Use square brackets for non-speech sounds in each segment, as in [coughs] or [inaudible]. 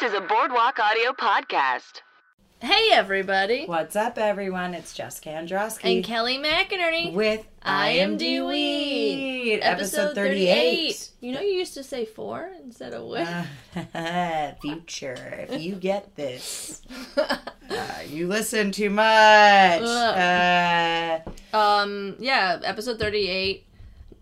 to the Boardwalk Audio Podcast. Hey everybody, What's up, everyone? It's Jessica Androsky and Kelly McInerney. with I Am D Weed, Weed, episode 38. You know, you used to say four instead of what? Uh, [laughs] future, if you get [laughs] this, uh, you listen too much. Uh, um, yeah, episode thirty-eight,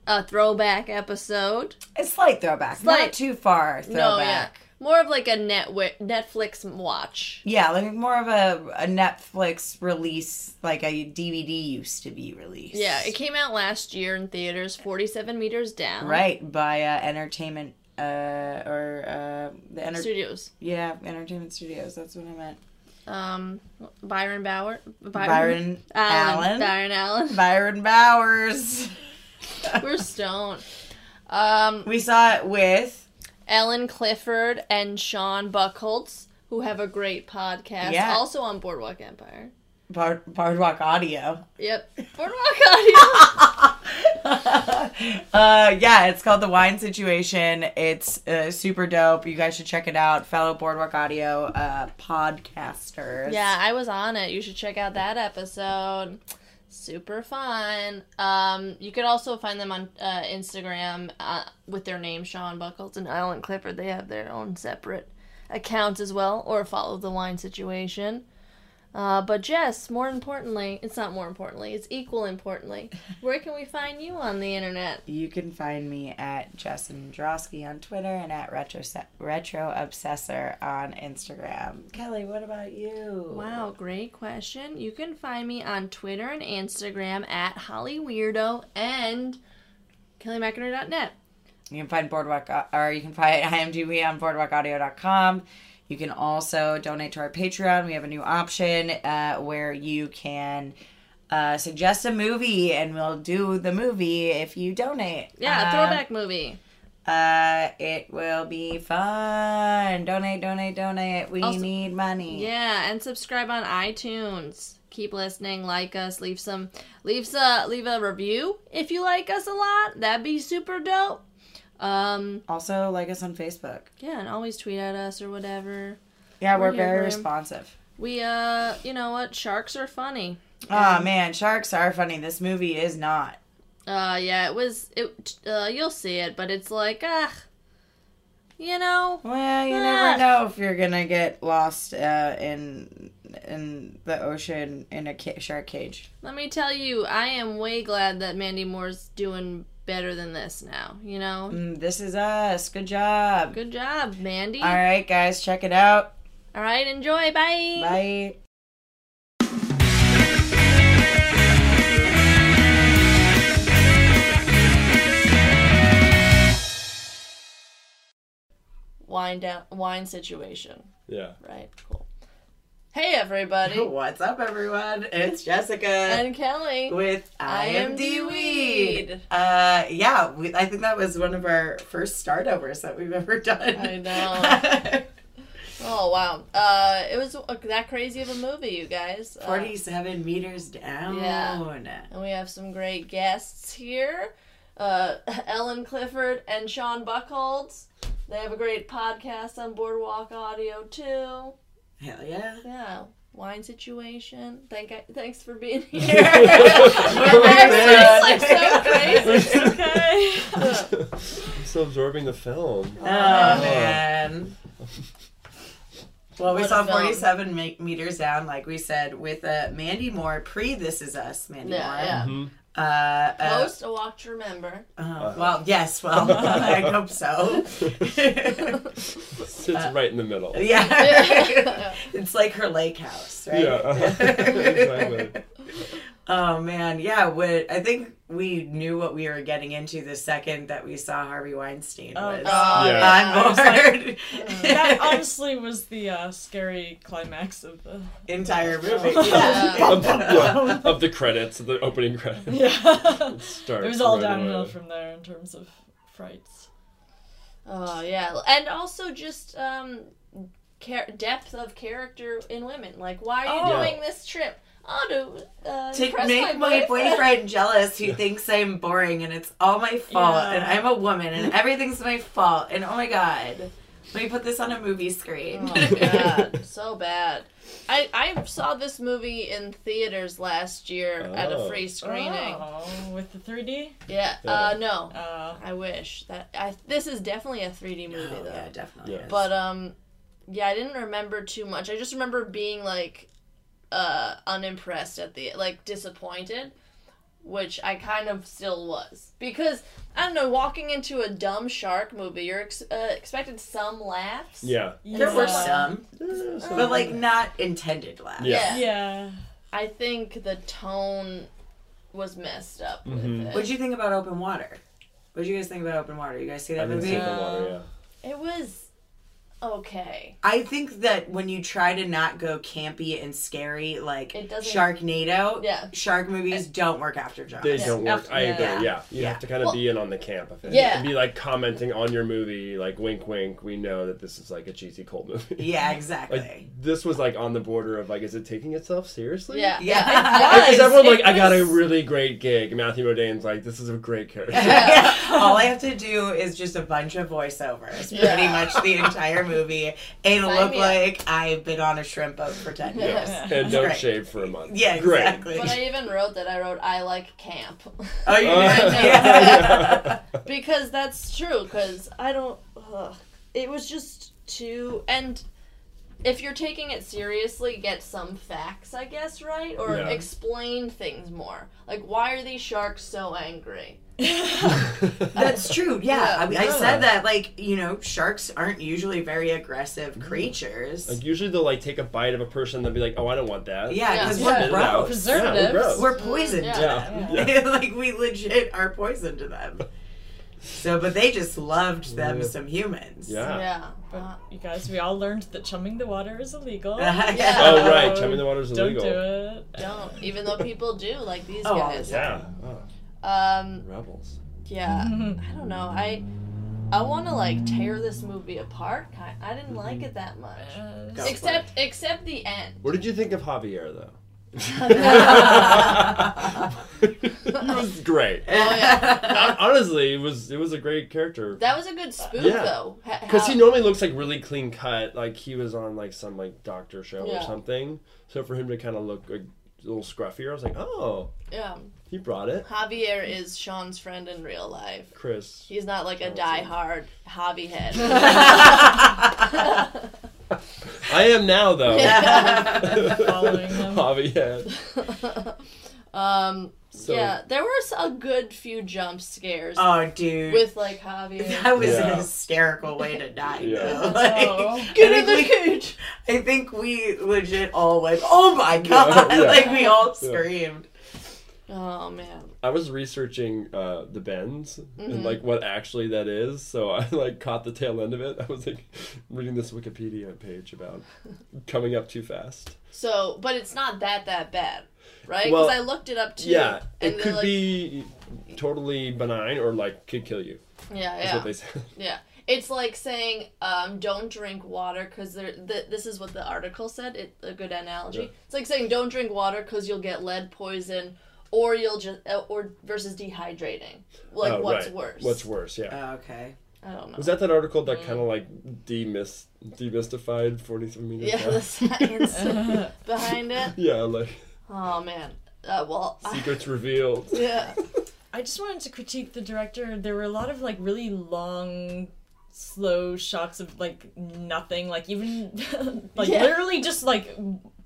a throwback episode. it's slight throwback, Slight. not too far No, yeah, throwback. more of like a net Netflix watch. yeah. like more of a, a Netflix release, like a DVD used to be released. Yeah, it came out last year in theaters, forty-seven meters down. right by uh, Entertainment uh, or uh, the enter- Studios. yeah Entertainment Studios. That's what I meant. Um, Byron Bauer. Byron, Byron Allen. Byron [laughs] Allen. Byron Bowers. We're stoned. Um, We saw it with Ellen Clifford and Sean Buckholtz, who have a great podcast, Yeah. also on Boardwalk Empire. Bar- Boardwalk Audio. Yep, Boardwalk Audio. uh, yeah, it's called The Wine Situation. It's uh, super dope. You guys should check it out. Fellow Boardwalk Audio uh, [laughs] podcasters. yeah, I was on it. You should check out that episode. Super fun. Um, you could also find them on uh, Instagram uh, with their name Sean Buckholtz and Ellen Clifford. They have their own separate accounts as well, or follow the wine situation. Uh, but Jess, more importantly, it's not more importantly, it's equal [laughs] importantly. Where can we find you on the internet? You can find me at Jess Androsky on Twitter and at Retro, Retro Obsessor on Instagram. Kelly, what about you? Wow, great question. You can find me on Twitter and Instagram at Holly Weirdo and KellyMackiner.net. You can find Boardwalk, or you can find [laughs] IMDb on boardwalkaudio.com. You can also donate to our Patreon. We have a new option uh, where you can uh, suggest a movie, and we'll do the movie if you donate. Yeah, Um, throwback movie. Uh, it will be fun. Donate, donate, donate. We Also- need money. Yeah, and subscribe on iTunes. Keep listening, like us, leave some leave a leave a review if you like us a lot. That'd be super dope. Um Also, like us on Facebook. yeah, and always tweet at us or whatever. Yeah, We're we're, here, very Graham. responsive. We uh you know what? Sharks are funny. Oh man, sharks are funny. This movie is not. Uh, yeah, it was. It uh, you'll see it, but it's like, ah, you know, Well, you Ah. never know if you're gonna get lost uh, in in the ocean in a ca- shark cage. let me tell you, I am way glad that Mandy Moore's doing better than this now. You know, Mm, this is us. Good job. good job, Mandy. All right, guys, check it out. All right, enjoy. Bye. Bye. Wine down. Wine situation. Yeah. Right. Cool. Hey everybody, What's up, everyone? It's Jessica and Kelly. with I Am D Weed. Uh, yeah, we, I think that was one of our first startovers that we've ever done. I know. Oh wow. Uh, it was uh, that crazy of a movie, you guys. Uh, [laughs] Forty-seven meters down. And we have some great guests here. Uh, [laughs] Ellen Clifford and Sean Buckholz. They have a great podcast on Boardwalk Audio too. Hell yeah. Yeah, wine situation. Thank I, thanks for being here. [laughs] Thanks. It's like so crazy. Okay. [laughs] Still absorbing the film. Oh, man. Well, we What a saw film. 47 me- meters down, like we said, with uh, Mandy Moore pre This Is Us, Mandy Moore. yeah, yeah. Uh, uh, Host a walk to remember. uh, well, yes, well, [laughs] I hope so. [laughs] Sits right in the middle. [laughs] yeah. it's like her lake house, right? [laughs] exactly. Oh man, yeah. What I think we knew what we were getting into the second that we saw Harvey Weinstein Oh, was God. Yeah. on board. [laughs] that honestly was the uh, scary climax of the. [laughs] entire movie. Oh, [laughs] Yeah. Yeah. [laughs] Of, yeah, of the credits, of the opening credits. Yeah. Starts it was all right downhill away. from there in terms of frights. Oh yeah, and also just um, char- depth of character in women. Like, why are you Oh. doing this trip? Oh, to uh, To impress make my boyfriend jealous, who thinks I'm boring and it's all my fault, Yeah. and I'm a woman and everything's my fault, and oh my god. Let me put this on a movie screen. [laughs] [laughs] Oh, God, so bad. I, I saw this movie in theaters last year at a Oh. free screening. Oh, with the 3D? Yeah. Yeah. Uh, no, Uh, I wish that I. This is definitely a 3D movie Oh, though. yeah, definitely. Yeah. is. But um, yeah, I didn't remember too much. I just remember being like, uh, unimpressed at the like disappointed, which I kind of still was because I don't know. Walking into a dumb shark movie, you're ex- uh, expected some laughs. Yeah. There were yeah. some, but like not intended laughs. Yeah. Yeah. [laughs] I think the tone was messed up Mhm. with it. Which- What'd you think about Open Water? What'd you guys think about Open Water? You guys see I that didn't movie? see the water, yeah. It was okay. I think that when you try to not go campy and scary, like It doesn't- Sharknado, Yeah. shark movies don't work after Jaws. They don't work. I agree. Yeah. Yeah, you Yeah. have to kind of be in on the camp of it. Yeah. and be like commenting on your movie, like wink, wink. We know that this is like a cheesy cult movie. Yeah, exactly. [laughs] Like this was like on the border of like, is it taking itself seriously? Yeah. [laughs] yeah. Like, is everyone like, It I got a was- really great gig? Matthew Rodane's like, this is a [laughs] great character. Yeah. All I have to do is just a bunch of voiceovers, pretty Yeah. much the entire movie, and Sign look me up. like I've been on a shrimp boat for ten years. yes, and don't Great. shave for a month. Yeah, great. exactly. But I even wrote that I wrote I like camp oh, [laughs] [laughs] you Uh, did? [laughs] yeah. because that's true. Because I don't. Ugh. It was just too and. If you're taking it seriously, get some facts, I guess, right? Or Yeah. explain things more. Like, why are these sharks so angry? That's true. Yeah, Yeah. I, mean, I Yeah. said that. Like you know, sharks aren't usually very aggressive creatures. like usually they'll like take Mm. a bite of a person and they'll be like, oh, I don't want that. yeah, Yeah. because Yeah. we're Spit it out. gross. Yeah, we're gross. Preservatives. We're poisoned. Yeah. to yeah. yeah. [laughs] like we legit are poison to them. So, but they just loved them Yeah. some humans. [laughs] Yeah. Yeah. Uh, But you guys, we all learned that chumming the water is illegal. Yeah. Oh right, chumming the water's Don't illegal. do it. don't. Even though people do, like these Oh, all the guys. Yeah. Oh, Um, rebels. Yeah, I don't know. I I want to like tear this movie apart. I, I didn't like it that much. [laughs] Uh, Go. Except except the end. What did you think of Javier though? [laughs] [laughs] it was great. Oh, Hon- Honestly, it was it was a great character That was a good spoof Yeah. though. H- because he how- normally looks like really clean cut. Like he was on like some like doctor show Yeah. or something. So for him to kind of look like, a little scruffier, I was like, oh, yeah. he brought it. Javier is Sean's friend in real life. Chris, He's not like a Sean's diehard Javi [laughs] head. [laughs] [laughs] I am now though. [laughs] [laughs] Following him. Javier. um. So- yeah, there were s- a good few jump scares oh, dude. with like [laughs] Javier. [laughs] that was Yeah. an hysterical way to die, Yeah. though. Like, Oh. I think we- cage. I think we legit all went, oh my god! [laughs] Yeah, yeah. Like, we all Yeah. screamed. Oh man. I was researching uh, the bends Mm-hmm. and like what actually that is, so I like caught the tail end of it. I was like reading this Wikipedia page about coming up too fast. So, but it's not that that bad, right? Because Well, I looked it up too. yeah, and it they're could like, be totally benign or like could kill you. Yeah, That's yeah, what they said. yeah. It's like saying, um, don't drink water because there. Th- this is what the article said. It a good analogy. Yeah. It's like saying don't drink water because you'll get lead poison, or you'll just or versus dehydrating. Like Oh, what's right. worse? What's worse? Yeah. Oh, okay. I don't know. was that that article that kind of like demys- demystified 43 minutes? [laughs] yeah, the science behind it. yeah, like Oh man. Uh, [laughs] well, I- secrets revealed. yeah, I just wanted to critique the director. There were a lot of like really long, slow shots of like nothing. Like even [laughs] like Yeah. literally just like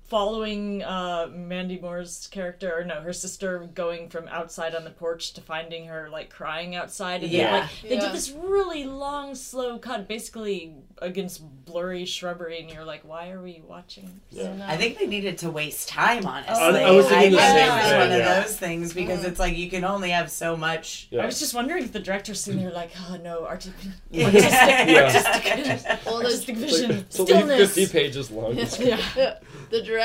following uh, Mandy Moore's character or no, her sister going from outside on the porch to finding her like crying outside. And Yeah. yeah. Like, they Yeah. did this really long, slow cut, basically against blurry shrubbery, and you're like, why are we watching? this? Yeah. I think they needed to waste time, honestly. I- I was thinking the same this is thing, one yeah. of those things because it's like you can only have so much. Yeah. I was just wondering if the director's sitting there like, oh no, artistic, [laughs] Yeah. [laughs] well, there's artistic It's vision, like, it's only stillness. 50 pages long. yeah. the director.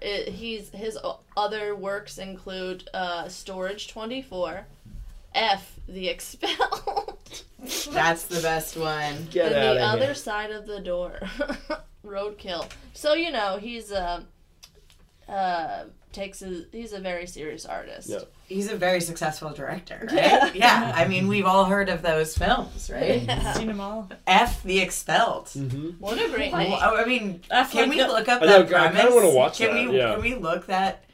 It, he's his o- other works include uh, Storage Twenty Four, F the [laughs] Expelled, That's the best one. [laughs] Get and out the of other here. side of the [laughs] door, Roadkill. So you know he's uh, uh, takes his. He's a very serious artist. Yeah. He's a very successful director, right? Yeah. I mean, we've all heard of those films, right? Seen them all. F the Expelled. [laughs] Mm-hmm. What a [laughs] great Well, name. I mean, That's can like we the- look up I that know, I premise? kinda wanna watch can that, We, yeah. Can we look that?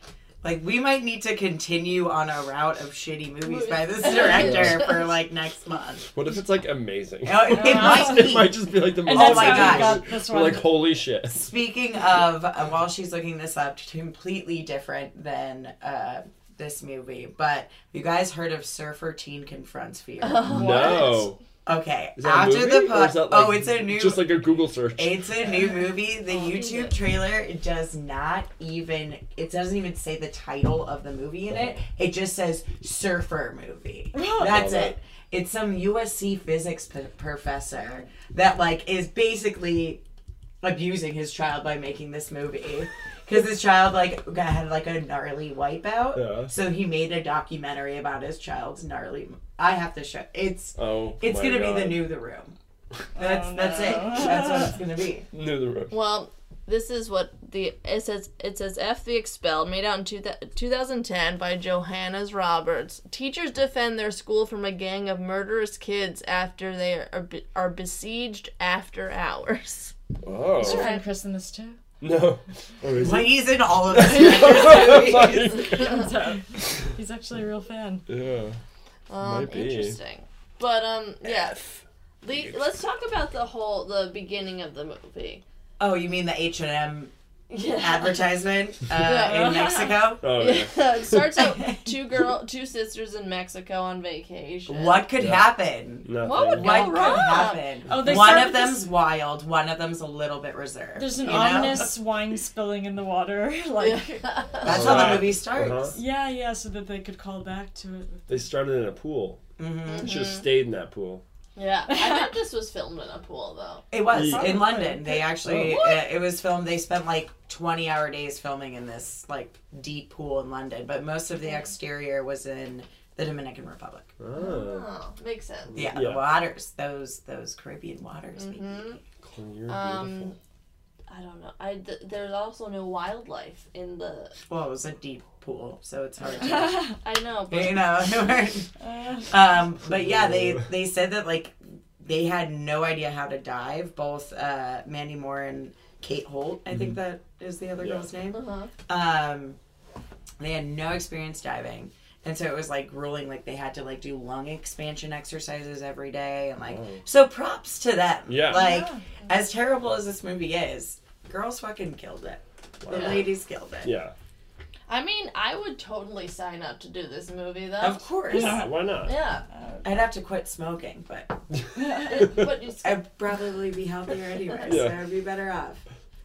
Like, we might need to continue on our route of shitty movies by this director for like next month. What if it's like amazing? No, Oh, it Yeah. might [laughs] it be. might just be like the most. And Oh that's my how gosh. we got this We're one. like holy shit. Speaking of, uh, while she's looking this up, completely different than uh, this movie, but have you guys heard of Surfer Teen Confronts Fear? Oh. No. Okay, Is that a after movie? the Or pod, is that, oh, like, it's a new, Just like a Google search. It's a new movie. Oh, The I'll read YouTube it. trailer does not even it doesn't even say the title of the movie in it. It just says surfer movie. That's Love it. It's some USC physics p- professor that like is basically abusing his child by making this [laughs] movie. Because his child like got, had like a gnarly wipeout, Yeah. so he made a documentary about his child's gnarly. I have to show it's oh. it's my gonna be the God. new The Room. [laughs] That's Oh, that's no. it. That's what it's gonna [laughs] be. New the room. Well, this is what the it says. It says F the Expelled, made out in two, 2010 by Johannes Roberts. Teachers defend their school from a gang of murderous kids after they are be- are besieged after hours. [laughs] Oh. friend Chris in this too. No. Oh, is But [laughs] it? he's in all of this. [laughs] Like- So, he's actually a real fan. yeah. Um, Might be. Interesting. But um, yeah. The, let's talk about the whole the beginning of the movie. oh, you mean the H and M Yeah. advertisement uh, [laughs] Yeah. in Mexico? Oh [laughs] yeah. it starts out two girl, two sisters in Mexico on vacation. What could Yeah. happen? Nothing. What would- What Go could wrong. happen? Oh, they one started of them's this- wild. One of them's a little bit reserved. There's an you know? ominous wine spilling in the water. [laughs] Like, yeah. [laughs] Yeah. That's how the Right. movie starts. Uh-huh. yeah, so that they could call back to it. They started in a pool. Mhm. They should have stayed in that pool. yeah, I think this was filmed in a pool though. It was Yeah. in London. They actually uh, it was filmed. They spent like 20 hour days filming in this like deep pool in London, but most of the exterior was in the Dominican Republic. Oh. Oh, makes sense. Yeah, Yeah. the waters, those those Caribbean waters. baby. Clear, Um, I don't know. I th- there's also no wildlife in the. Well, it was a deep pool, so it's hard to I know, but you know. [laughs] Uh, um, but yeah, they they said that like they had no idea how to dive. Both uh, Mandy Moore and Kate Holt, I think that is the other Mm-hmm. Yeah. girl's name. uh-huh. Um, they had no experience diving. And so it was like grueling, like they had to like do lung expansion exercises every day, and like Wow. so props to them. Mm. Yeah. like Yeah. as terrible as this movie is, girls fucking killed it. The Wow. ladies killed it. Yeah. I mean, I would totally sign up to do this movie though. Of course. Yeah, Why not? yeah, I'd have to quit smoking, but [laughs] [laughs] but [laughs] it's, I'd probably be [laughs] healthier anyway, so Yeah. I'd be better off.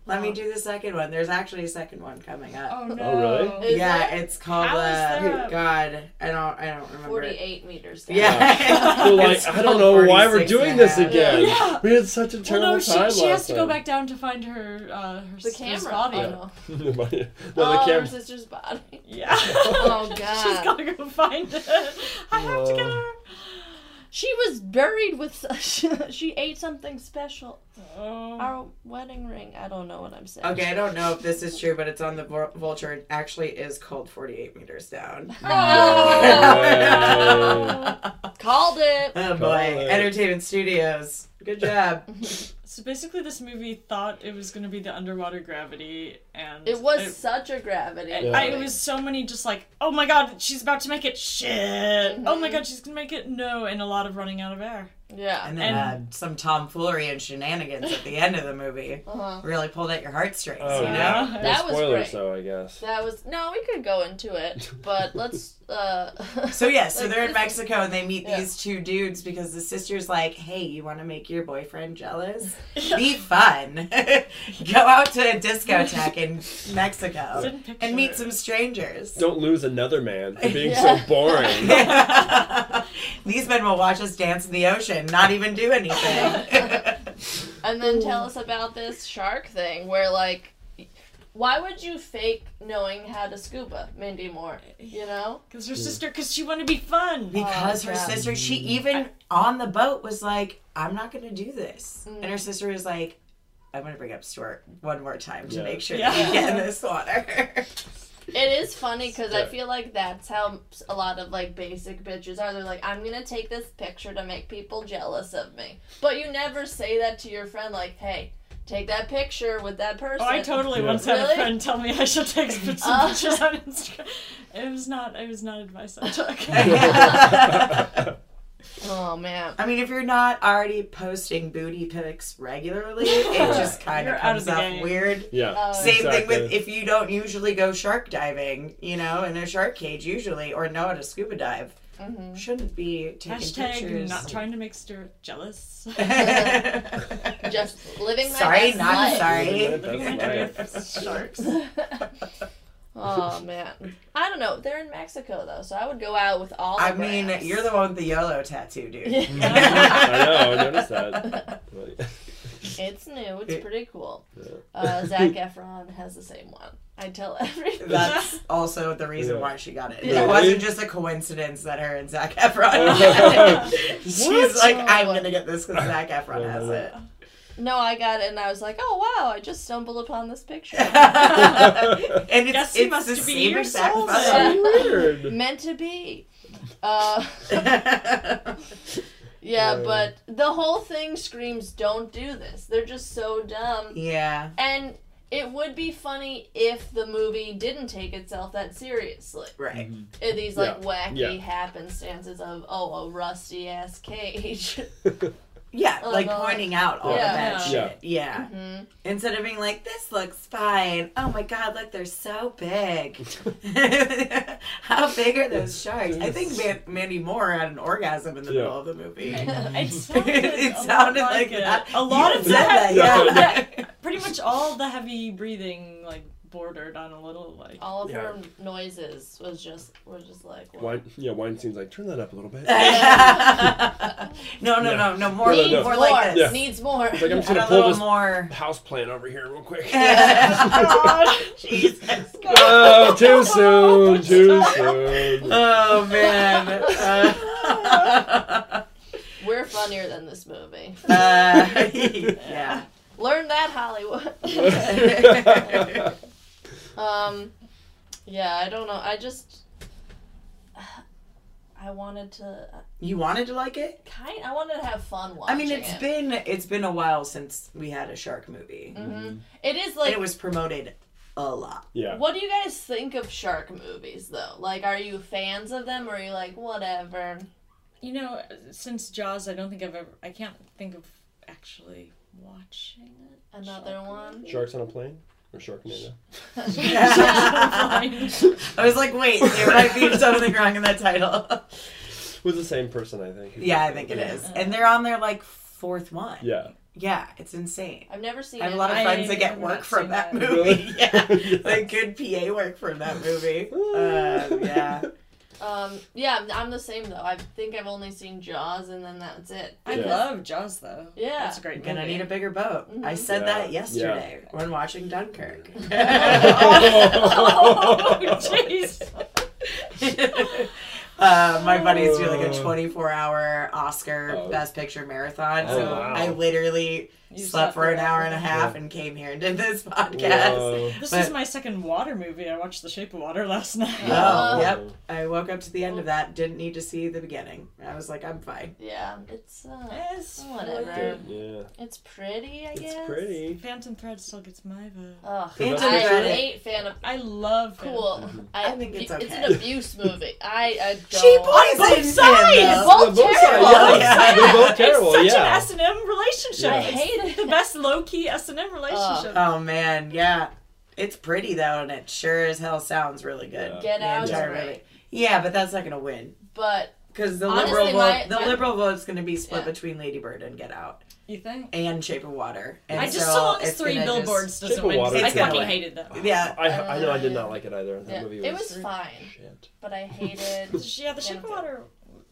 Let me do the second one. There's actually a second one coming up. oh no. really? is yeah, that it's called How is uh, that- God. I don't. I don't remember. it. 48 meters. down. [laughs] Yeah. They're like, It's I don't called know why we're 46 and a doing this half. again. Yeah. [laughs] We had such a Well, terrible no, she, time she has last to go back down to find her uh, her The sister's camera. body. Oh, no. time. [laughs] no, the oh her camera. [laughs] sister's body. [laughs] Yeah. [laughs] Oh, She's God. gotta go find it. [laughs] I have to get Uh. her. She was buried with. [laughs] she ate something special. Oh. Our wedding ring. I don't know what I'm saying. [laughs] Okay, I don't know if this is true, but it's on the Vul- vulture. It actually is called 48 meters [laughs] down. Oh, Ah! Yay. [laughs] Called it. Oh boy, Golly. Entertainment Studios. [laughs] Good job. So basically, this movie thought it was gonna be the underwater gravity, and It was such a gravity. Yeah. I, it was so many just like, oh my god, she's about to make it. Shit. Oh my god, she's gonna make it. No, and a lot of running out of air. Yeah. And then And- uh, some tomfoolery and shenanigans at the end of the movie Uh-huh. really pulled at your heartstrings. Oh, you know? yeah. know? No That was spoilers, great. though, I guess. That was no, we could go into it, [laughs] but let's. uh So yeah, [laughs] so Like, they're in this Mexico and they meet Yeah. these two dudes because the sister's like, "Hey, you want to make your boyfriend [laughs] jealous? Be fun. [laughs] Go out to a discotheque [laughs] in Mexico Didn't picture and meet it. some strangers." Don't lose another man for being Yeah. so boring. [laughs] [laughs] These men will watch us dance in the ocean, not even do [laughs] anything. And then tell us about this shark thing where, like, why would you fake knowing how to scuba, Mindy Moore? You know? Cause her sister, cause she wanted to be fun. because her yeah. sister, she even on the boat was like, "I'm not going to do this," and Mm. her sister was like. I'm gonna bring up Stuart one more time to Yeah. make sure Yeah. [laughs] that we get in this water. It is funny because I Yeah. feel like that's how a lot of like basic bitches are. They're like, I'm gonna take this picture to make people jealous of me. But you never say that to your friend, like, hey, take that picture with that person. Oh, I totally Yeah. once had Really? a friend tell me I should take some [laughs] Uh. pictures on Instagram. It was not. It was not advice I [laughs] took. Oh man. I mean, if you're not already posting booty pics regularly, [laughs] it just kind You're of out comes of the off game. weird. yeah. Oh, Same thing with Exactly. if you don't usually go shark diving, you know, in a shark cage usually, or know how to scuba dive. Mhm. Shouldn't be taking Mm-hmm. Hashtag pictures. [laughs] not trying to make Stuart jealous. [laughs] [laughs] Just living my Sorry, best not life. [laughs] sorry. Living my my dream. best [laughs] life. Sharks. [laughs] oh man. I don't know. They're in Mexico though, so I would go out with all. The I mean, brands. [laughs] you're the one with the YOLO tattoo, dude. I know. I noticed that. It's new. It's pretty cool. Yeah. Uh, Zach [laughs] Efron has the same one. I tell everyone. [laughs] [laughs] That's also the reason Yeah. why she got it. Yeah. It wasn't just a coincidence that her and Zach Efron. [laughs] Like- She's like, I'm Oh. gonna get this because Zach Efron Oh. Yeah. has it. No, I got it, and I was like, "Oh wow!" I just stumbled upon this [laughs] picture. [laughs] and it's, Guess he it's must the be same your exact soulmate. photo. [laughs] Weird. Meant to be. Uh, [laughs] [laughs] yeah, yeah, Yeah. but the whole thing screams, "Don't do this." They're just so dumb. And it would be funny if the movie didn't take itself that seriously. right. Uh, These like wacky Yeah. happenstances of oh, a rusty ass cage. [laughs] Yeah, Oh, like God. pointing out all Yeah. of that Yeah. shit. Yeah. hmm Instead of being like, this looks fine. Oh my God, look, they're so big. [laughs] How big are those sharks? I think Man- Mandy Moore had an orgasm in the Yeah. middle of the movie. [laughs] Oh It sounded, it a lot sounded like, like it. that. A lot You of said that. that, yeah. Pretty much all the heavy breathing like bordered on a little like. All of Yeah. her noises was just were just like Wine, yeah, Weinstein's like, turn that up a [laughs] little bit. no, no, no, no, more, No, needs no, no. more more, like this. needs more. It's like, I'm just And gonna a pull little this more. house plant over here [laughs] real quick. [laughs] [laughs] Jesus. oh, too soon, too [laughs] soon. Oh man. Uh, [laughs] We're funnier than this movie. [laughs] uh, yeah. Learn that Hollywood. [laughs] um, yeah, I don't know. I just I wanted to You wanted to like it? kind. I wanted to have fun I watching. mean, it's it. been it's been a while since we had a shark movie. Mhm. It is And like. it was promoted a [laughs] lot. Yeah. what do you guys think of shark movies though? Like, are you fans of them, or are you like whatever? You know, since Jaws, I don't think I've ever. I can't think of actually watching [laughs] it. Another one. Sharks on a plane? Or Sharknado? I was like, wait, there might be something wrong in that title. [laughs] With the same person, I think. yeah, I think it is. And they're on their like fourth one. Yeah. Yeah, it's insane. I've never seen. I have a it. lot of I friends that get have work not from seen that that. movie. [laughs] Really? Yeah. [laughs] Yes. Like good PA work from that [laughs] movie. Uh, yeah. [laughs] [laughs] Um, yeah, I'm the same though. I think I've only seen Jaws, and then that's it. I Yeah. love Jaws though. Yeah. it's a great Gonna movie. [laughs] need a bigger boat. I said Yeah. that Yeah. yesterday when watching [laughs] Dunkirk. [laughs] Oh, jeez. [laughs] uh, my buddy's doing like a 24 hour Oscar Oh. Best Picture marathon, so Oh, wow. I literally You slept slept for an for hour that. and a half and came here and did this podcast. Whoa. This But- is my second water movie. I watched The Shape of Water last [laughs] night. Oh, Oh. yep. I woke up to the end of that. Didn't need to see the beginning. I was like, I'm fine. Yeah, it's uh, Yes, Whatever. Yeah. it's pretty. I guess It's pretty. Phantom Thread still gets my vote. Ugh, Phantom I Thread. hate Phantom. I love Phantom [laughs] Cool. Mm-hmm. I think it's It's okay. an abuse movie. [laughs] I, I don't. both They're both They're both terrible. sides, yeah. [laughs] They're both It's terrible, such yeah. an S and M relationship. [laughs] Yeah. Uh, I hate The it. best low key S and M relationship. Oh man, yeah. It's pretty though, and it sure as hell sounds really good. Yeah. Get The out. entire right. movie. Yeah, but that's not gonna win But because the Honestly, liberal vote, my- the my- liberal vote's gonna be split Yeah. between Lady Bird and Get Out you think? and Shape of Water. And I just so saw those it's three gonna just- billboards Shape doesn't of win. Water I is gonna fucking win. hated them. yeah, I, I know I did not like it either. That yeah, movie was. it was fine. Shit. But [laughs] I hated. Yeah, The Shape of Water.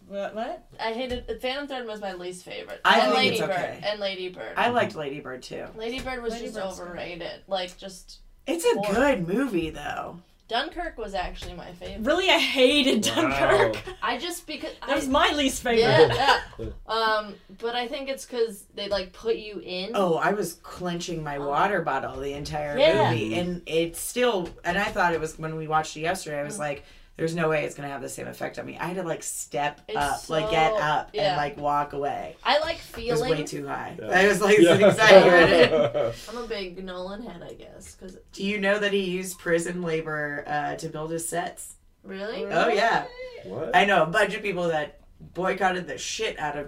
What? what? I hated. Phantom Thread was my least favorite. I and think Lady it's Bird. okay. And Lady Bird. I liked Lady Bird too. Lady Bird was Lady just Bird's good. overrated. Like just It's a Or- good movie though. Dunkirk was actually my favorite. Really, I hated Wow. Dunkirk. I just because [laughs] That was I, my least favorite. yeah, yeah. [laughs] Um, but I think it's because they like put you in. Oh, I was clenching my water bottle the entire Yeah. movie, and it's still. And I thought it was when we watched it yesterday. Mm. I was like, "There's no way it's gonna have the same effect on me." I had to like step It's up, like get so- up, yeah. and like walk away. I like It was way feeling. too high. Yeah. I was like Yeah. sitting sideways. [laughs] I'm a big Nolan head, I guess. Cause Do you know that he used prison labor uh, to build his sets? really, Oh yeah, what? I know a bunch of people that boycotted the shit out of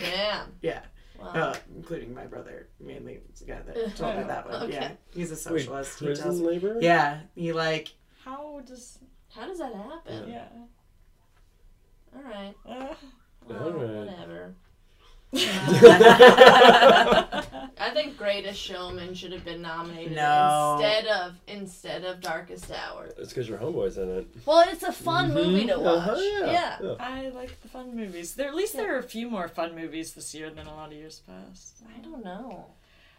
[laughs] damn. Yeah. Wow. Uh, including my brother, mainly the guy that Uh-huh. told me that one. Okay. Yeah, he's a Wait, socialist. he tells prison labor? Yeah, he like How does? How does that happen? Yeah. All right. Uh, Well, Alright. [laughs] [laughs] Whatever. no. I think Greatest Showman should have been nominated No. instead of instead of Darkest Hour. It's because your homeboy's in it. Well, it's a fun movie to Mhm. watch. Uh-huh, yeah. [laughs] I like the fun movies. There, at least there are a few more fun movies this year than a lot of years past. I don't know.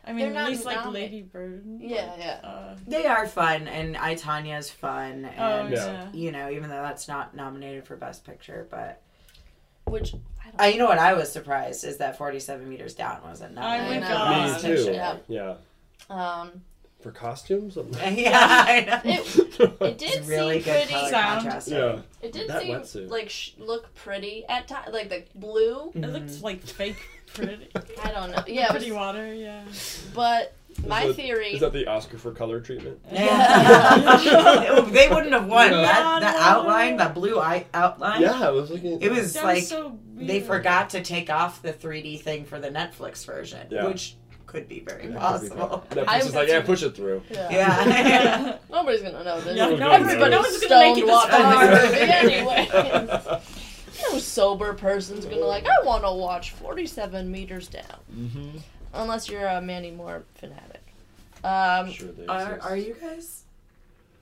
I mean, not at least like nomi- Lady Bird. Yeah, yeah. Uh, they are fun, and I Tanya's fun, oh and yeah. Yeah. you know, even though that's not nominated for Best Picture, but Which I don't. I, you know what I was surprised is that Forty Seven Meters Down wasn't I nominated. went know. God. Me too. Yeah. Yeah. [laughs] Um, For costumes? I'm- [laughs] yeah, I know. it, [laughs] it did It's really seem good pretty. color sound. contrast. yeah. It did That seem wetsuit. like sh- look pretty at times, like the blue. It Mm-hmm. looked like fake pretty. I don't know. Yeah, it pretty was- water. Yeah. but my that- theory. Is that the Oscar for color treatment? [laughs] [laughs] Yeah. they wouldn't have won No. that. The No, no, outline, no. that blue eye outline. Yeah, I was looking. It was That like was so weird. they forgot to take off the 3D thing for the Netflix version, Yeah. which could be very Yeah, it could be [laughs] possible. fun. Netflix I'm- is like, yeah, push it through. yeah. [laughs] Yeah. [laughs] [laughs] yeah, Nobody's gonna know this. no, Yeah. no one's gonna, no one's gonna make it this Stonewall far. [laughs] Pilots. anyway. No sober person's gonna like. I want to watch Forty-Seven Meters Down, mm-hmm. unless you're a Mandy Moore fanatic. Um, Sure they are, exist. are you guys?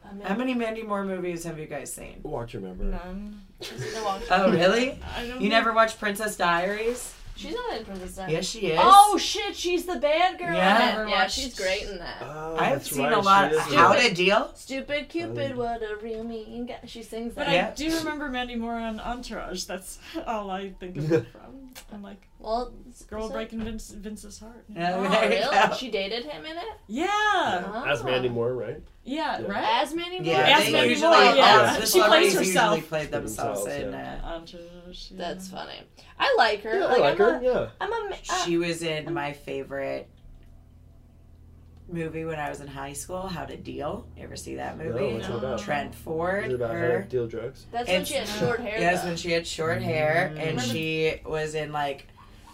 I mean, How many Mandy Moore movies have you guys seen? Walk your member. None. she's gonna watch- Oh, really? I don't You know. never watched Princess Diaries? She's not in Princess Diaries. Yes, she is. Oh shit, she's the bad girl. in Yeah. it. Never yeah, watched- she's great in that. Oh, I have that's seen right, a lot. she Of, is in how it. to deal? Stupid Oh. Cupid, what a real mean guy. She sings But that. I Yeah. do remember Mandy Moore on Entourage. That's [laughs] all I think of her from. I'm like, well, girl so- breaking Vince, Vince's heart. Yeah. Yeah, Oh, there you really? go. She dated him in it? [laughs] Yeah, As Mandy Moore, right? Yeah. right? As Mandy Moore? Yeah, Ask they Mandy usually, Moore, all yeah. the She plays celebrities herself. usually play themselves Themselves, in. yeah. Uh, Entourage. yeah. That's funny. I like her. Yeah, I like I'm her. A, Yeah. I'm a. ma- uh, she was in my favorite movie when I was in high school, How to Deal. You ever see that movie? No, what's it about? Trent Ford. Is it about her. how to deal drugs? that's when it's- she had short hair. Yes, though. when she had short hair and Remember- Mm. she was in like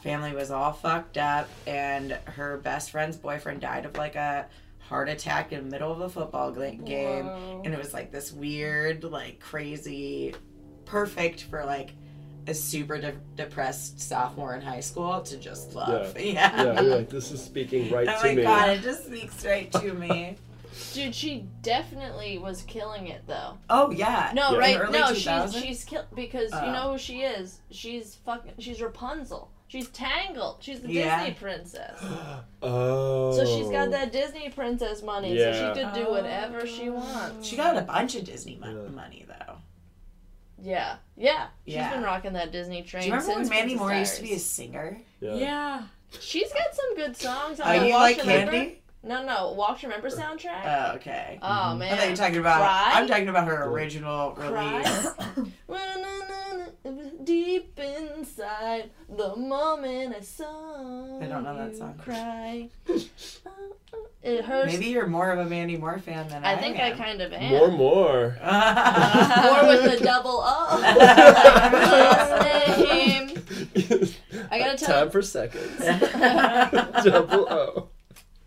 family was all fucked up and her best friend's boyfriend died of like a heart attack in the middle of a football gla- game Whoa. and it was like this weird like crazy perfect for like a super de- depressed sophomore in high school to just love. [laughs] Yeah. [laughs] Yeah, you're like, this is speaking right Oh to my me. god, it just speaks right to me. Dude, she definitely was killing it, though. [laughs] Oh yeah. No, Yeah. right? In the early No, 2000s? she's, she's killed because you Oh. know who she is? She's fucking. She's Rapunzel. She's Tangled. She's the Yeah. Disney princess. Oh. So she's got that Disney princess money, so Yeah. she could do whatever she wants. She got a bunch of Disney mo- Yeah. money though. Yeah, yeah. She's Yeah. been rocking that Disney train Do you remember since when Mandy Princess Moore used to be a Diaries. singer? Yeah. Yeah. She's got some good songs on Are the you Walk like to Remember. Candy? No, no, Walk to Remember soundtrack. Oh, okay. oh I thought you man. were talking about. Cry? I'm talking about her original release. [coughs] [coughs] Cry. Deep inside the moment I saw I don't know that you song. [laughs] Cry. it hurts. [laughs] Maybe you're more of a Mandy Moore fan than I I think I [laughs] am. kind of am. More, [laughs] more. [laughs] More with the double O. [laughs] Last name. I gotta tell Time you- [laughs] for seconds. [laughs] Double O.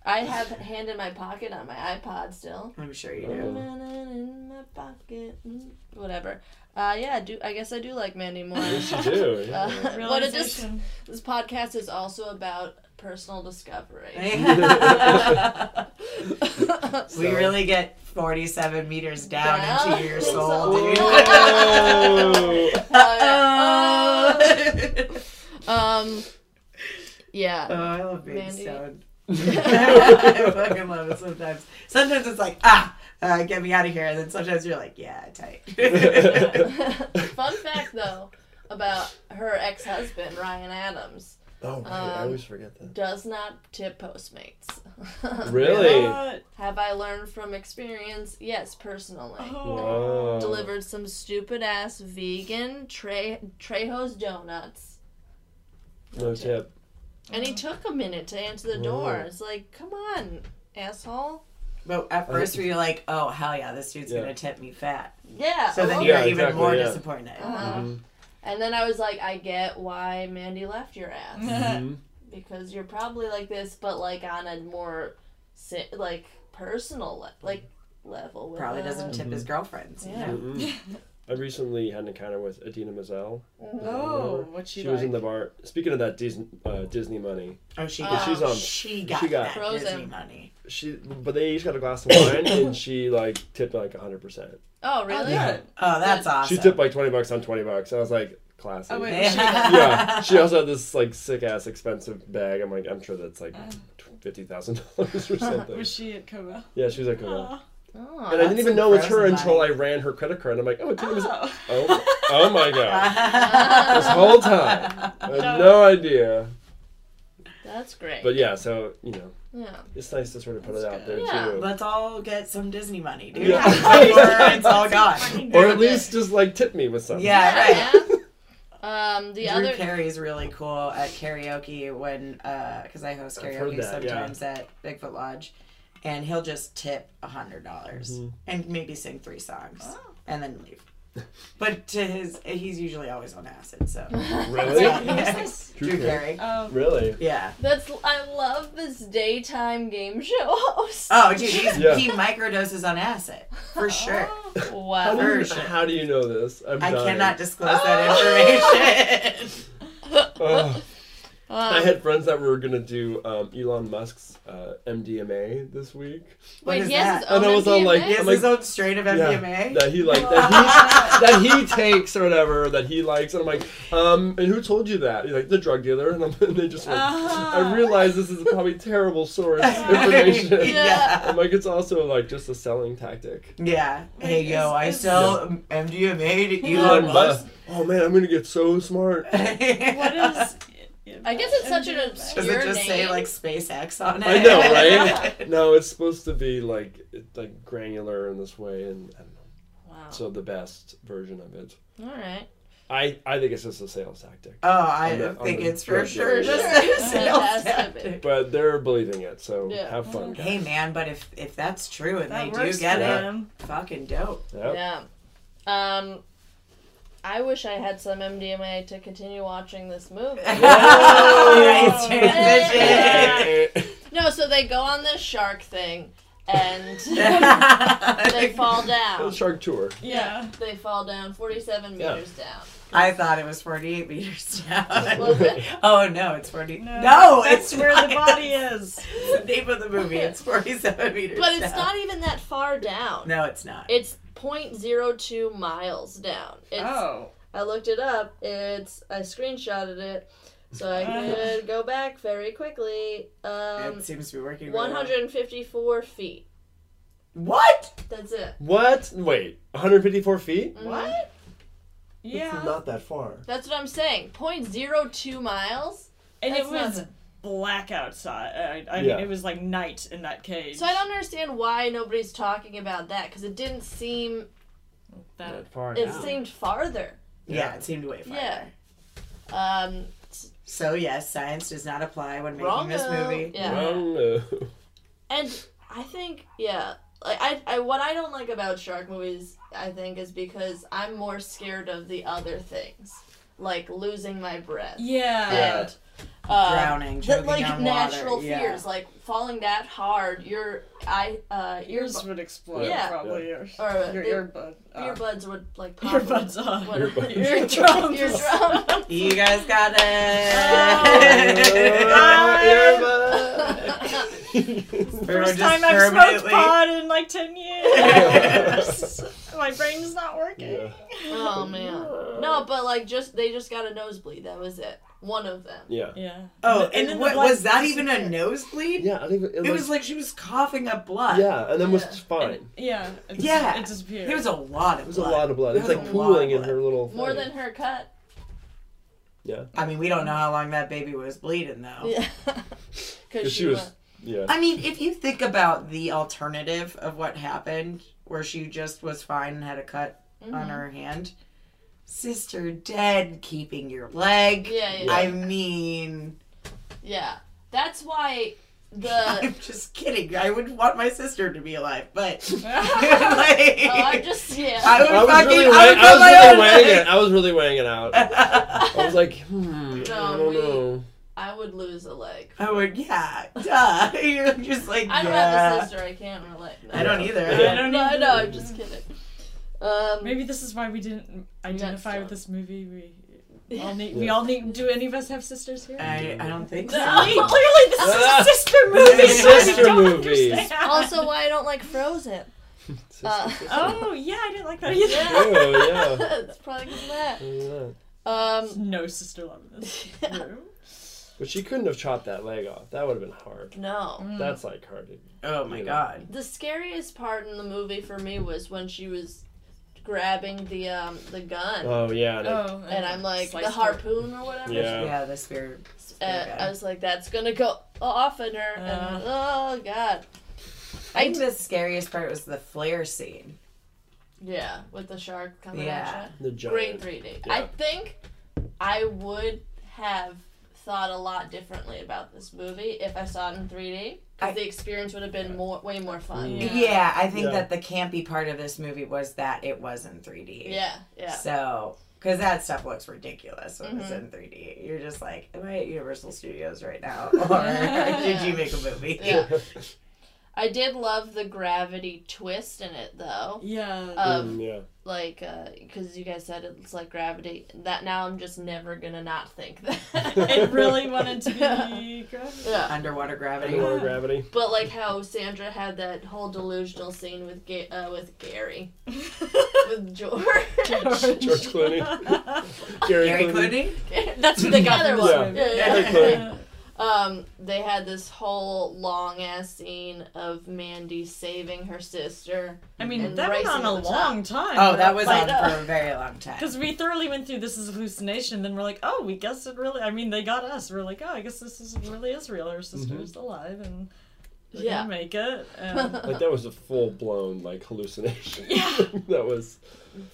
I have hand in my pocket on my iPod still. I'm sure you Oh. do. In my pocket, mm, whatever. Uh, yeah, I do I guess I do like Mandy Moore. Yes, you do. Uh, Yeah. but it just Realization. [laughs] this podcast is also about personal discovery. [laughs] we really get 47 meters down Down into your into soul, soul. dude. [laughs] [laughs] Whoa. [laughs] oh, um, yeah. [laughs] Um, I love being Oh, Um, Mandy. stoned. [laughs] I Oh fucking love it sometimes. Sometimes it's like, ah, uh, get me out of here. And then sometimes you're like, yeah, [laughs] tight. [laughs] Fun fact though about her ex-husband Ryan Adams Oh, right. I Um, always forget that. does not tip Postmates. [laughs] Really? What? Have I learned from experience? Yes, personally. Oh. Wow. Delivered some stupid ass vegan tre- Trejo's donuts. No tip. And he took a minute to answer the door. It's like, come on, asshole. but at first we were like, oh, hell yeah, this dude's Yeah. going to tip me fat. Yeah. So then well- you're Yeah, even exactly, more yeah. disappointed. Uh. Uh-huh. Mm-hmm. And then I was like, I get why Mandy left your ass Mhm. because you're probably like this, but like on a more si- like personal le- like level. With Probably uh, doesn't tip Mm-hmm. his girlfriends. Yeah. You know? Mhm. I recently had an encounter with Adina Mazel. [laughs] Oh, what she, She was like? in the bar. Speaking of that Disney, uh, Disney money, Oh, she Oh. got, She's on- she got, she got- that Frozen. Disney money. she but they each got a [coughs] glass of wine and she like tipped like hundred percent. Oh, really? Yeah. Oh, that's awesome. She [laughs] tipped like twenty bucks on twenty bucks. I was like, classic. Oh, [laughs] [laughs] wait. yeah, [laughs] she also had this like sick ass expensive bag. I'm like, I'm sure that's like Uh. fifty thousand dollars [laughs] or something. Was she at Coma? Yeah, she was like, oh. Oh. Oh, and I didn't that's even know it was her impressive, until I buddy. ran her credit card. I'm like, [laughs] oh, Adina Mazel. Oh. Oh, oh my god, this that's- [laughs] whole time, I had no idea. that's great. But yeah, so you know, yeah. it's nice to sort of put it out there Yeah. too. Let's all get some Disney money, dude. [laughs] Yeah. Before [laughs] it's all gone. Or at least just like tip me with something. Yeah, right. yeah. Um, the Drew other Carey's really cool at karaoke when because I host I've heard karaoke that, yeah. sometimes at Bigfoot Lodge, and he'll just tip a hundred dollars Mm-hmm. and maybe sing three songs Oh. and then leave. [laughs] But to his, he's usually always on acid. So Really? [laughs] Drew Drew Carey. Carey, Um, really? yeah. that's I love this daytime game show host. Oh, dude, he's, Yeah. he microdoses on acid for sure. Oh. How wow. do, you, Version. how do you know this? I'm I dying. [laughs] cannot disclose that information. [laughs] [laughs] Ugh. Oh. I Um, had friends that were gonna do um, Elon Musk's uh, MDMA this week. What wait, is he has his that? own And I was all MDMA? like, He has I'm like- his own strain of MDMA. that he like that he that he takes or whatever that he likes, and I'm like, um, and who told you that? He's like the drug dealer, and, I'm, [laughs] and they just like, I realize this is probably [laughs] terrible source information. Yeah. I'm like, it's also like just a selling tactic. Yeah. Hey, Wait, yo, is- I is- sell MDMA to Elon Elon Musk. Musk. Oh man, I'm gonna get so smart. [laughs] what is? I guess it's such an Does obscure it just say name. like SpaceX on it? I know, right? no, it's supposed to be like it- like granular in this way, and I don't know. wow. So the best version of it. All right. I I think it's just a sales tactic. [laughs] Oh, I On the- think on the it's for drug sure. dealer. Just Sure. a sales It has to tactic. be. But they're believing it, so Yeah. have fun. guys. Hey man, but if if that's true and That they works do get for it, them. fucking [laughs] dope. Yep. Yeah. Um, I wish I had some MDMA to continue watching this movie. Nice transition. Yeah. no, so they go on this shark thing and they fall The down. Shark Tour. Yeah. They fall down 47 Yeah. meters down. [laughs] I thought it was 48 meters [laughs] down. Was it? oh no, it's 40. No, No, it's that's where the not. body is. [laughs] It's the name of the movie. It's 47 meters But it's down. not even that far down. No, it's not. It's 0.02 miles down. It's, Oh. I looked it up. It's I screenshotted it, so I could go back very quickly. Um, it seems to be working. really well. 154 feet. What? That's it. What? Wait, 154 feet? What? It's Yeah. not that far. That's what I'm saying. 0.02 miles. And it That's was nothing. black outside. I, I Yeah. mean, it was like night in that cage. So I don't understand why nobody's talking about that because it didn't seem. That, far. It seemed farther. Yeah, it seemed way farther. Yeah. Um. So yes, science does not apply when making Wrong. this movie. Yeah. uh, And I think, yeah, like I, I, what I don't like about shark movies, I think, is because I'm more scared of the other things, like losing my breath yeah. and uh, Drowning, the, choking like on natural water, yeah. fears, like falling that hard, your eye, uh, Ears earbuds, would explode Yeah. probably. Or, uh, your ear- earbud. Uh, earbuds would like pop. earbuds on. What- [laughs] Earbuds. Eardrums. Eardrum. You guys got [laughs] [laughs] it. Ah, earbud. Oh. First time I've smoked pot in like 10 years. [laughs] My brain's not working. Yeah. Oh man. No, but like just they just got a nosebleed. That was it. One of them. Yeah. Yeah. Oh, then and, the what blood was that even a disappeared. nosebleed? Yeah, I think It was like she was coughing up blood. yeah, and then was Yeah. fine. It Yeah. It dis- Yeah. It disappeared. There was a lot of blood. was a lot of blood. There It's was like a lot of pooling in blood. her little. More thing. than her cut. I mean, we don't know how long that baby was bleeding though. Yeah. [laughs] 'Cause Because she was. Yeah. I mean, if you think about the alternative of what happened, where she just was fine and had a cut Mm-hmm. on her hand, sister dead, keeping your leg. Yeah, yeah, I mean, Yeah. That's why [laughs] the. I'm just kidding. I would want my sister to be alive, [laughs] but oh, [laughs] [laughs] like, I'm just. Yeah. I would I was fucking. really, I weighing, would I cut was my really own weighing leg. [laughs] it. I was really weighing it out. I was like, hmm, I No, don't we- know. I would lose a leg. I would, yeah, duh. [laughs] You're just like, I don't yeah. have a sister. I can't relate. I don't either. Yeah. I don't no, either. no, I'm just kidding. Um, Maybe this is why we didn't identify with this movie. We all need. We Yeah. all need. Do any of us have sisters here? I, I don't think so. [laughs] I mean, [laughs] clearly, [laughs] this is Ah. a sister movie. This is so I sister don't movies. understand. also, why I don't like [laughs] Frozen. Uh, [laughs] Oh yeah, I didn't like that either. [laughs] Oh, yeah. it's probably 'cause of that. Yeah. Um, No sister love [laughs] in this [laughs] room. But she couldn't have chopped that leg off. That would have been hard. no. That's like hard. Oh my god. The scariest part in the movie for me was when she was grabbing the um the gun. Oh yeah. and it- Oh, and I'm like sliced the harpoon or whatever. Yeah. Oh, Yeah, the spirit. Uh, I was like, that's gonna go off in her. Uh. and, oh god. I think the scariest part was the flare scene. Yeah, with the shark coming Yeah. at The you. Great giant. [laughs] 3D. I Yeah. think I would have thought a lot differently about this movie if I saw it in 3D. I- Because the experience would have been more, way more fun. Yeah. Yeah, I think Yeah. that the campy part of this movie was that it was in 3D. Yeah, yeah. Mm-hmm. So, because that stuff looks ridiculous when it's in 3D. You're just like, am I at Universal Studios [laughs] right now? Or did you make a movie? Yeah. Mm, I did love the gravity twist in it though. Yeah. Of Um, Mm, yeah. like, because you guys said it's like gravity. That now I'm just never gonna not think that. [laughs] [laughs] [laughs] it really wanted to be graphic. yeah. Underwater gravity. Underwater gravity. But like how Sandra had that whole delusional scene with Ga- uh, with Gary, with George. George [laughs] Clooney. [laughs] Gary, Gary Clooney? [laughs] That's what they got Other the one. Yeah, yeah, Gary yeah. Clooney. [laughs] Um, they had this whole long ass scene of Mandy saving her sister. I mean, And that went racing on to a the top. long time. Oh, that was on like, for a very long time. Because we thoroughly went through this is a hallucination, then we're like, oh, we guess it really. I mean, they got us. We're like, oh, I guess this is really is real. Our Mm-hmm. sister's alive, and Oh, we're Yeah. gonna make it. [laughs] And Like that was a full blown like hallucination. Yeah. [laughs] that was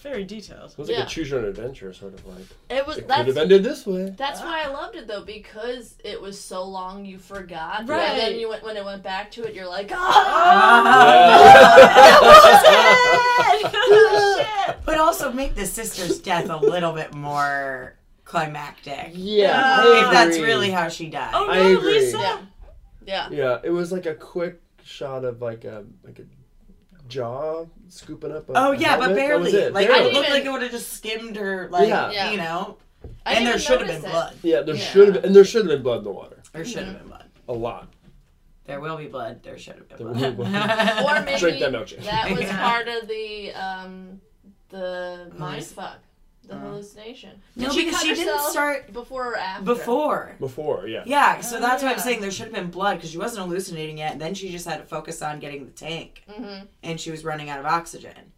very detailed. it [laughs] was like Yeah. a choose your own adventure sort of like. It was It could that's have ended this way. That's why I Ah. loved it though, because it was so long you forgot. Right. And then you went when it went back to it, you're like, "Ah!" Oh. [laughs] Shit! But also make the sister's death a little bit more climactic. Yeah. If that's really how she died. Oh [laughs] no, I agree. Lisa! Yeah. yeah. Yeah. it was like a quick shot of like a like a jaw scooping up. A, Oh a yeah, but helmet. That barely. was it, Like barely. it looked even- like it would have just skimmed her. Like Yeah. Yeah. you know, I didn't and there even should have been notice it. blood. Yeah, there Yeah. should have and there should have been blood in the water. There should Mm-hmm. have been blood. A lot. There will be blood. There should have been There blood. will be [laughs] blood. Or maybe Drink that milkshake. that was Yeah. part of the um the mind Halluc- fuck. The hallucination. Did Uh-huh. no, she because cut she didn't herself start before or after? before. Before, yeah. Yeah, so that's what I'm Oh, yeah. saying. There should have been blood because she wasn't hallucinating yet. And then she just had to focus on getting the tank, Mhm. and she was running out of oxygen.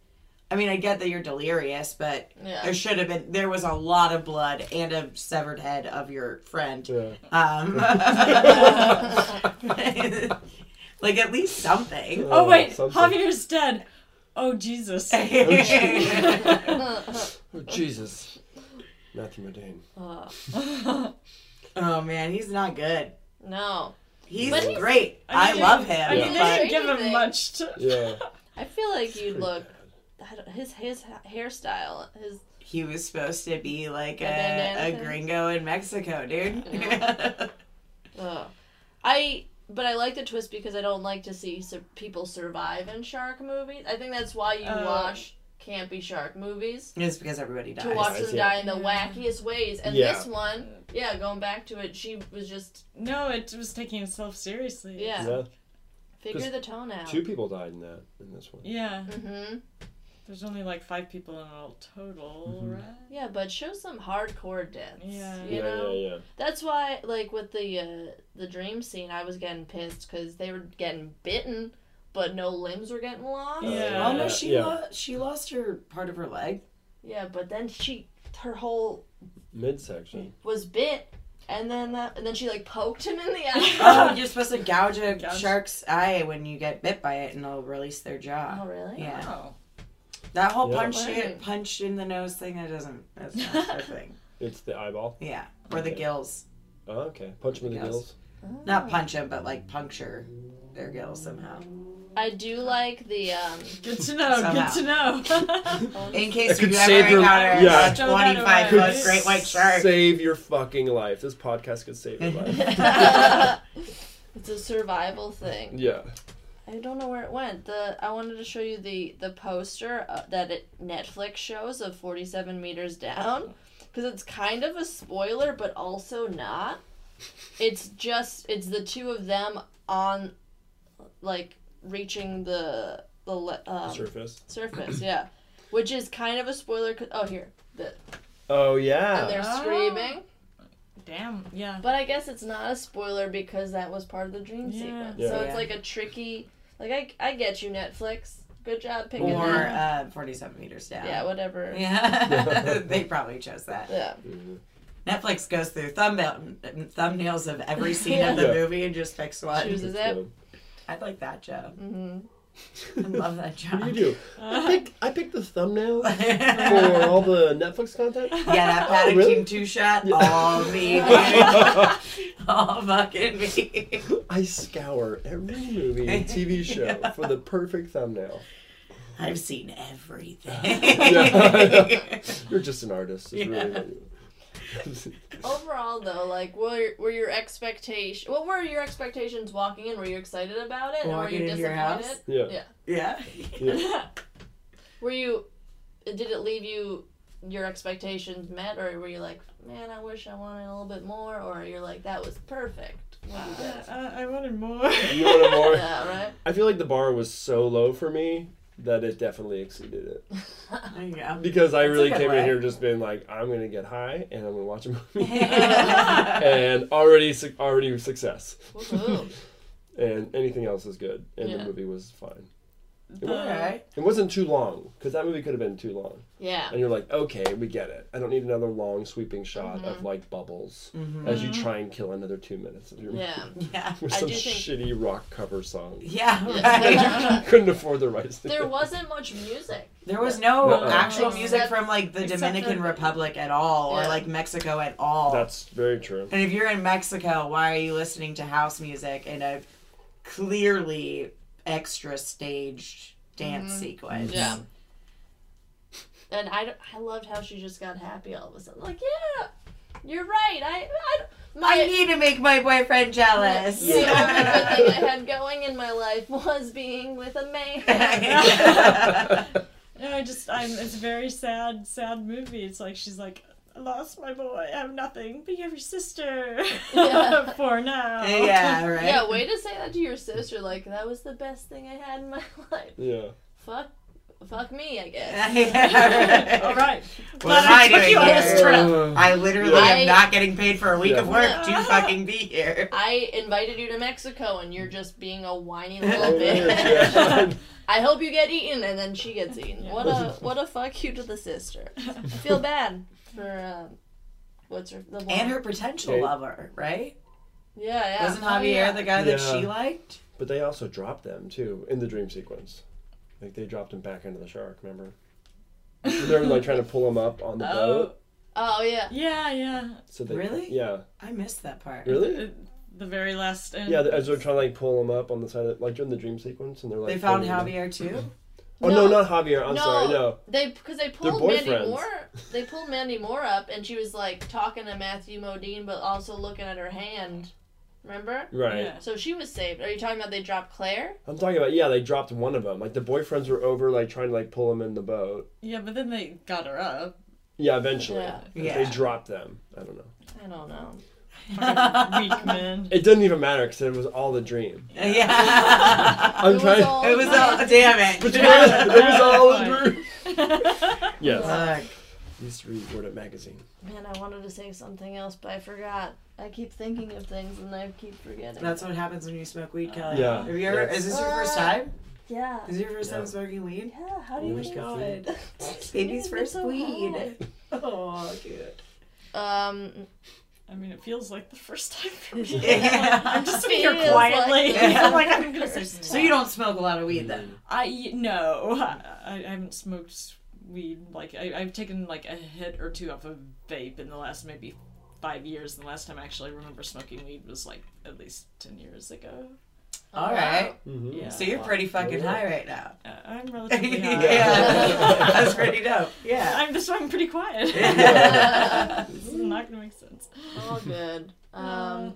I mean, I get that you're delirious, but Yeah. there should have been. There was a lot of blood and a severed head of your friend. Yeah. [laughs] Um, [laughs] like at least something. Oh wait, something. Javier's dead. Oh [laughs] Jesus. Oh, Jesus. Matthew Modine. Uh, oh man, he's not good. no. He's But he's- great. I, mean, love they- him. I mean, they Yeah. didn't give him Anything. much to. Yeah. I feel like you pretty look I don't, his his ha- hairstyle, his but he was supposed to be like A a, bandana a thing. gringo in Mexico, dude. Ugh. I but I like the twist because I don't like to see su- people survive in shark movies. I think that's why you Oh. watch campy shark movies [laughs] it's because everybody dies. to watch Nice, them yeah. die in the wackiest ways. And Yeah. this one, yeah, going back to it, she was just No, it was taking itself seriously. yeah, yeah. figure the tone out. Two people died in that in this one. Yeah. Mm-hmm. There's only like five people in all total, right? Mm-hmm. Yeah, but show some hardcore deaths. Yeah. You yeah, know? yeah, yeah. That's why, like with the uh, the dream scene, I was getting pissed because they were getting bitten, but no limbs were getting lost. Yeah. Oh no, she Uh, yeah. lo- she lost her part of her leg. Yeah, but then she, her whole Midsection. was bit, and then that, and then she like poked him in the eye. [gasps] Oh, you're supposed to gouge a Gouge. shark's eye when you get bit by it, and it'll release their oh jaw. really? Yeah, Oh. that whole Yeah. punch Learning. punch in the nose thing. That doesn't. That's [laughs] not her thing. It's the eyeball. Yeah, or the Okay. gills. Oh, okay. Punch him in the Yes. gills. Not punch them, but like puncture their gills somehow. I do like the um. [laughs] Good to know. Somehow. Good to know. [laughs] In case could you save ever your- encounter yeah. a Throw that 25 away. foot great white shark. Save your fucking life. This podcast could save [laughs] your life. it's a survival thing. yeah. I don't know where it went. The I wanted to show you the the poster uh, that it Netflix shows of 47 meters down because it's kind of a spoiler but also not. It's just it's the two of them on like reaching the the le- um, Surface. [clears throat] surface, yeah. Which is kind of a spoiler 'cause- oh here. Oh And yeah. they're Oh. screaming. Damn. [laughs] [laughs] Yeah. But I guess it's not a spoiler because that was part of the dream Yeah. sequence. Yeah. So it's Yeah. like a tricky. Like I, I get you Netflix. Good job picking Or that. uh, 47 meters down. Yeah, whatever. Yeah. Yeah. they probably chose that. Netflix goes through thumbnail, thumbnails of every scene of the Yeah. movie and just picks one. Chooses That's it. good. I'd like that job. hmm I Mm-hmm. love that job. What do you do? I picked, I picked the [laughs] thumbnail for yeah, [laughs] all the Netflix content. that Paddington really? two shot, Yeah. all [laughs] me, [laughs] all fucking me. I scour every movie and TV show for the perfect thumbnail. I've seen everything. Yeah. [laughs] You're just an artist. It's really what you- Overall, though, like, were were your expectation? What were your expectations walking in? Were you excited about it, or were Walking you into disappointed? your house? [laughs] yeah. Yeah. [laughs] yeah. Were you? Did it leave you your expectations met, or were you like, man, I wish I wanted a little bit more, or you're like, that was perfect? What you [laughs] did? Uh, I wanted more. You wanted more? [laughs] Yeah, right. I feel like the bar was so low for me that it definitely exceeded it. Mm-hmm. There you [laughs] go. Because I really good came way. in here just being like, I'm gonna get high and I'm gonna watch a [laughs] movie [laughs] and already su- already success Woohoo. [laughs] and anything else is good and the Yeah. movie was fine. [laughs] all right. It wasn't too long because that movie could have been too long. Yeah. And you're like, okay, we get it. I don't need another long sweeping shot Mm-hmm. of like bubbles as you try and kill another two minutes of your [laughs] Yeah. Yeah. with I some do think- shitty rock cover [laughs] song. Yeah, right. Yeah. Couldn't afford the rights. to there it. wasn't much music. There was no Nuh-uh. actual music Except- from like the except Dominican for- Republic at all, or Yeah. like Mexico at all. That's [laughs] very true. and if you're in Mexico, why are you listening to house music in a clearly extra staged dance Mm-hmm. sequence? Yeah. And I, d- I loved how she just got happy all of a sudden. Like, yeah, you're right. I, I my, I need to make my boyfriend jealous. the only good [laughs] thing I had going in my life was being with a man. No, I just, I'm. It's a very sad, sad movie. It's like she's like, I lost my boy. I have nothing, but you have your sister Yeah. [laughs] for [laughs] [laughs] now. yeah, right. [laughs] Yeah, way to say that to your sister. Like, that was the best thing I had in my [laughs] life. Yeah. Fuck, fuck me, I [laughs] guess. Yeah, right. All right. What Glad am I I took doing you on this here? trip. I literally Yeah. am not getting paid for a week of work Yeah. to fucking be here. I invited you to Mexico, and you're just being a [laughs] whiny little Oh, bitch. [laughs] yeah. I hope you get eaten, and then she gets eaten. What a what a fuck you to the sister. I [laughs] feel bad for uh, what's her the one. And her potential Okay. lover, right? yeah yeah Wasn't Oh, Javier yeah. the guy that Yeah. she liked? But they also dropped them too in the dream sequence. Like they dropped him back into the shark. Remember? Remember, like trying to pull him up on the boat. oh yeah Yeah, yeah. So they Really? yeah I missed that part. really The very last. And yeah. they- As they're trying to like pull him up on the side of like during the dream sequence, and they're like They found pulling him up. Javier [laughs] too. [laughs] Oh no, No. not Javier. I'm No. sorry. No. they because they They're pulled Mandy boyfriends. Moore they pulled Mandy Moore up and she was like talking to Matthew Modine but also looking at her hand remember Right. Yeah. so she was saved are you talking about they dropped Claire I'm talking about yeah. They dropped one of them. Like the boyfriends were over, like trying to like pull him in the boat. Yeah, but then they got her up. [laughs] Yeah, eventually. Yeah. But Yeah. They dropped them. I don't know. I don't know Weak man. It doesn't even matter because it was all a dream. yeah. I'm trying. it was [laughs] all. Damn But it. you know, [laughs] it was all a dream. [laughs] [laughs] yes. Fuck. I used to read Word Up magazine. Man, I wanted to say something else, but I forgot. I keep thinking of things and I keep forgetting. That's what happens when you smoke weed, Kelly. Yeah. Have you ever? That's- Is this your first time? yeah. Is your first Yeah. time smoking weed? Yeah, how do Oh you my think God. it's- Baby's You're first so weed. [laughs] Oh, [laughs] good. hot. Um, I mean, it feels like the first time for me. Yeah. [laughs] I'm just sitting here Feels quietly. like- [laughs] I'm like, I'm gonna say So you don't smoke a lot of weed then? I no, I, I haven't smoked weed. Like I, I've taken like a hit or two off of vape in the last maybe five years. And the last time I actually remember smoking weed was like at least ten years ago. All right. Mm-hmm. Yeah, So you're pretty fucking high right now. [laughs] Uh, I'm relatively [laughs] high. yeah. That's pretty dope. Yeah. [laughs] I'm just I'm pretty quiet. Yeah. [laughs] [laughs] this is not gonna make sense. [laughs] all good. Um,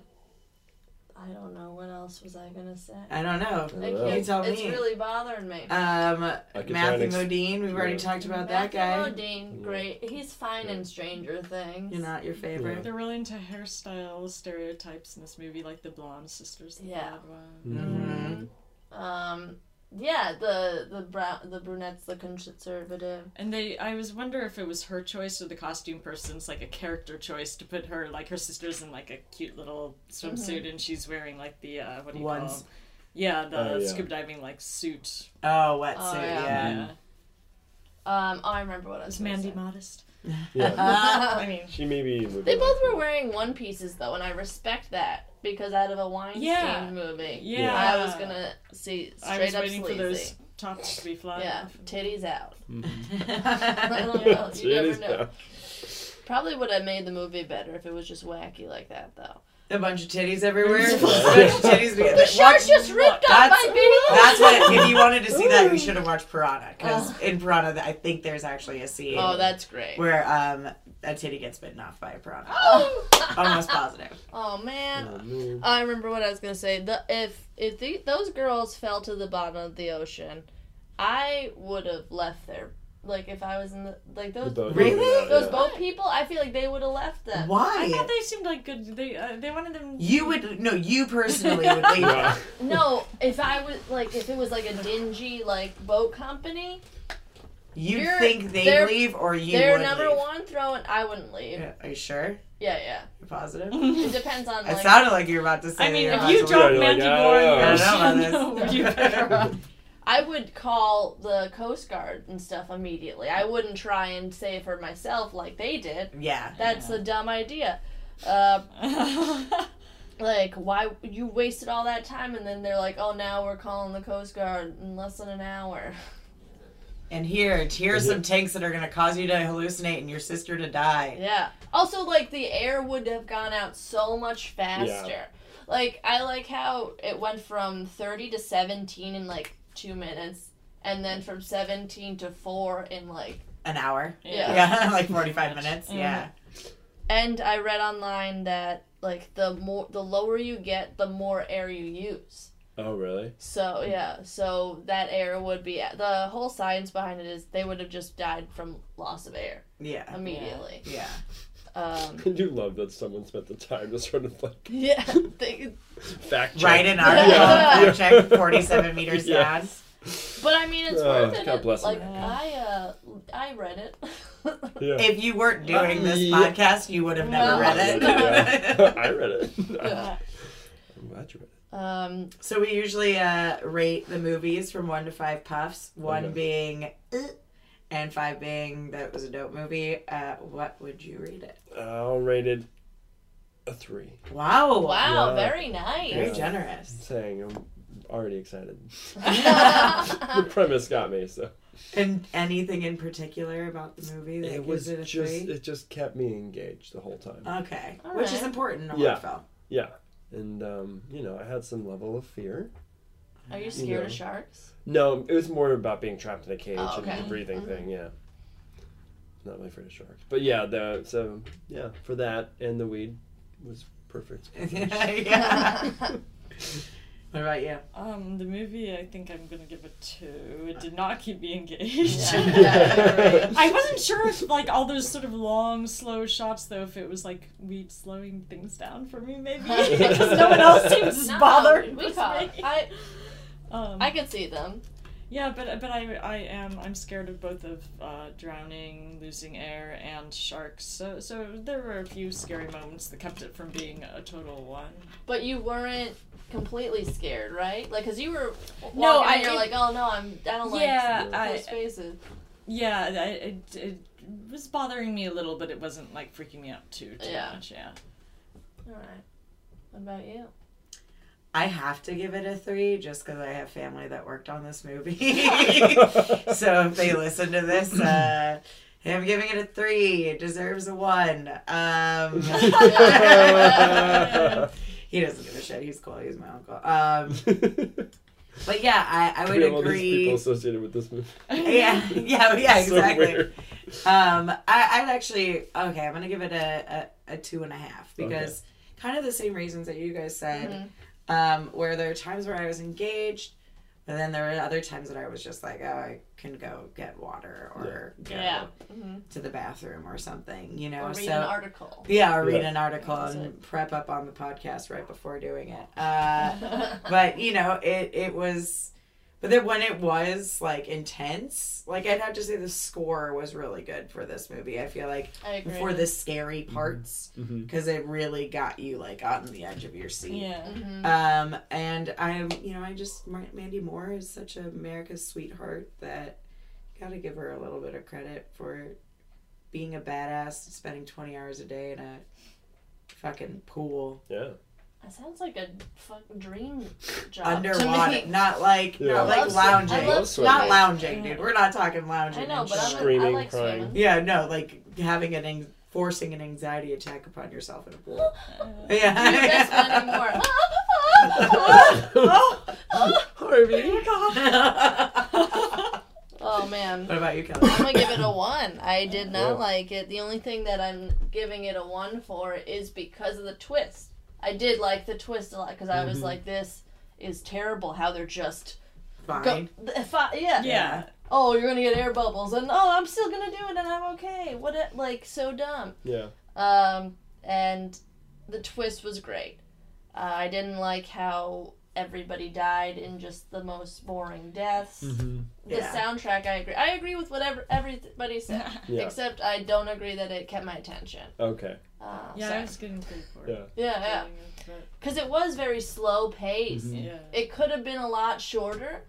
I don't know what else was I gonna say. I don't know. I know. You can't, tell it's me. really bothering me. Um, I can try and Matthew ex- Modine. We've already Yeah. talked about that Matthew guy. Modine, great. He's fine in Stranger Things. You're not your favorite. They're really into hairstyle stereotypes in this movie, like the blonde sisters, the Yeah. bad one. Mm-hmm. Um, yeah, the the brown, the brunette's the conservative. And they, I was wonder if it was her choice or the costume person's like a character choice to put her like her sister's in like a cute little swimsuit and she's wearing like the uh, what do you call? Mm-hmm. Ones. them? Yeah, the Oh, yeah. Mm-hmm. scuba diving like suit. Oh, wetsuit. Oh, yeah. yeah. Yeah, Um, oh, I remember what I was was gonna Mandy say. modest? Yeah. Oh, I [laughs] mean, She maybe Uh, would. [laughs] They be both like- were [laughs] wearing one pieces though, and I respect that because out of a Weinstein Yeah. movie, yeah. I was gonna see straight I was up waiting sleazy. for those uh, tops to be flying. yeah, off. titties out. I [laughs] yeah. don't know. You It never is know. now. Probably would have made the movie better if it was just wacky like that though. a bunch of titties everywhere. a Yeah. bunch of titties. We- The shark Watch- just ripped off That's- my beanie. [laughs] That's what. If you wanted to see that, you should have watched Piranha. Because in Piranha, I think there's actually a scene Oh, that's great. where um a titty gets bitten off by a piranha. Oh, [laughs] Almost positive. oh man. Oh, man. I remember what I was gonna say. The if if the, those girls fell to the bottom of the ocean, I would have left there. Like if I was in the like The those boat. Really? those Yeah. boat people, I feel like they would have left them. I thought Why? they seemed like good. They uh, they wanted them. You would no. You personally would [laughs] leave. [laughs] Yeah. No, if I was like if it was like a dingy like boat company, You You're- think they they're- leave or you they're would number leave? one throwing. I wouldn't leave. Yeah, Yeah, Are you sure? yeah. You're [laughs] positive? It depends on It like. sounded like you were about to [laughs] say. I mean, that if you're you about drop- dropped Yeah, you're like, Mandy I don't Moore, know. [laughs] I don't know no, about this. [laughs] you [laughs] better [laughs] off. I would call the Coast Guard and stuff immediately. I wouldn't try and save her myself like they did. to- yeah. That's a dumb idea. Uh, like why you wasted all that time and then they're like oh now we're calling the coast guard in less than an hour [laughs] And here, here are some tanks that are going to cause you to hallucinate and your sister to die. yeah also like the air would have gone out so much faster like i like how it went from 30 to 17 in like two minutes and then from 17 to 4 in like An hour. Yeah. [laughs] Yeah, like 45 minutes. Yeah. and i read online that like the more the lower you get the more air you use Oh really? So yeah, so that air would be the whole science behind it is they would have just died from loss of air Yeah. immediately. Yeah. [laughs] Um, I do love that someone spent the time to sort of like yeah, they- fact check. Right [laughs] in our yeah. Yeah. check 47 meters Yeah. down. but I mean it's Oh, worth it. God bless like America. I uh I read it. [laughs] [laughs] Yeah. If you weren't doing this Yeah. podcast, you would have No. never read [laughs] Yeah. it. I read it. Yeah. I'm glad you read it. um, [laughs] so we usually uh, rate the movies from one to five puffs, one Okay. being "Eh," and five being that it was a dope movie. Uh, what would you rate it? I'll rate it a three. Wow. wow, Oh, Yeah. very Very nice. generous. Saying I'm already excited. the premise got me, so And anything in particular about the movie that it gives was it a just three? Oh. it just kept me engaged the whole time. Okay, All which is right. important in a Yeah. horror [laughs] [laughs] film. yeah, and um, you know I had some level of fear. [laughs] Are you scared You know. of sharks? [laughs] No, it was more about being trapped in a cage Oh, okay. and the breathing Mm-hmm. thing. Yeah, not really afraid of sharks, but yeah, the so yeah [laughs] for that and the weed was perfect. yeah. What about you? Um, the movie, I think I'm gonna give it two. It did not keep me engaged. Yeah. I wasn't sure if like all those sort of long, slow shots though, if it was like weed slowing things down for me, maybe [laughs] because no one else seems No, bothered. We with caught. me. I Um, I could see them. yeah, but but I I am I'm scared of both of uh, drowning, losing air, and sharks. So so there were a few scary moments that kept it from being a total one. But you weren't completely scared, right? Like, cause you were walking No, I and you're like, didn't- oh no, I'm I don't Yeah, like I- close spaces. Yeah, I- it, it was bothering me a little, but it wasn't like freaking me out too too Yeah. much. Yeah. All right. What about you? I have to give it a three just because I have family that worked on this movie. [laughs] so if they listen to this, uh, I'm giving it a three. It deserves a one. [laughs] Um, he doesn't give a shit. He's cool. He's my uncle. Um, but yeah, I, I would We have all these people agree. associated with this movie. Yeah, [laughs] yeah, yeah, [laughs] So exactly. weird. Um, I, I'd actually okay. I'm gonna give it a a, a two and a half because kind of the same reasons that you guys said. Mm-hmm. Um, where there are times where I was engaged, but then there were other times that I was just like, oh, I can go get water or go Yeah. Mm-hmm. to the bathroom or something, you know. Or read so an article. [laughs] yeah, or read Yeah. an article That's and prep up on the podcast right before doing it. Uh, but you know, it it was. But then when it was like intense, like I'd have to say the score was really good for this movie. I feel like I agree. for the scary parts Mhm. because it really got you like on the edge of your seat. Yeah. Mm-hmm. Um, and I'm, you know, I just Mar- Mandy Moore is such America's sweetheart that gotta give her a little bit of credit for being a badass, and spending 20 hours a day in a fucking pool Yeah. That sounds like a fucking dream job. underwater, To me. not like Yeah. I not like love swim- I lounging, love not swimming. lounging, dude. We're not talking [laughs] lounging. I know, and but shit. I'm a, I Screaming, like crying. swimming. yeah, no, like having an ang- forcing an anxiety attack upon yourself in a [laughs] pool. yeah, That's not [laughs] anymore. [laughs] [laughs] [laughs] Harvey. [laughs] [laughs] oh man. what about you, Kelly? I'm gonna give it a one. I did not Whoa. like it. The only thing that I'm giving it a one for is because of the twist. I did like the twist a lot because I was like, "This is terrible. How they're just go, Fine. if I, yeah, Yeah. Oh, you're gonna get air bubbles, and oh, I'm still gonna do it, and I'm okay. What a, like so dumb. Yeah. Um, and the twist was great. Uh, I didn't like how everybody died in just the most boring deaths. The Yeah. soundtrack, I agree. I agree with whatever everybody said, Yeah. except I don't agree that it kept my attention. Okay. Uh, Yeah, so- I was getting pretty bored. Yeah. yeah, yeah, because it was very slow pace. Mm-hmm. Yeah. yeah. It could have been a lot shorter,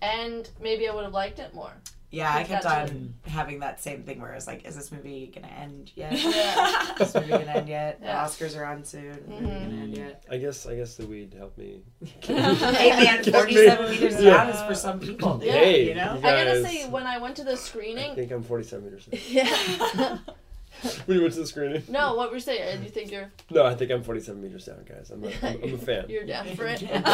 and maybe I would have liked it more. Yeah, I kept Gotcha. on having that same thing where I was like, "Is this movie gonna end yet? Is [laughs] Yeah. this movie gonna end yet? Yeah. The Oscars are on soon. Is this movie gonna end yet?" Mm. I guess I guess the weed helped me. [laughs] [laughs] Hey man, Get [laughs] forty-seven me. meters Yeah. down is for some people. [laughs] dude, Yeah. Hey, you know. you I gotta guys, say, when I went to the I screening, think I'm [laughs] 47 meters. [laughs] in. yeah. when you went to the screening. No, what we're saying. You think you're No, I think I'm 47 meters down, guys. I'm a, [laughs] I'm, I'm a fan. you're down for it? [laughs] [laughs]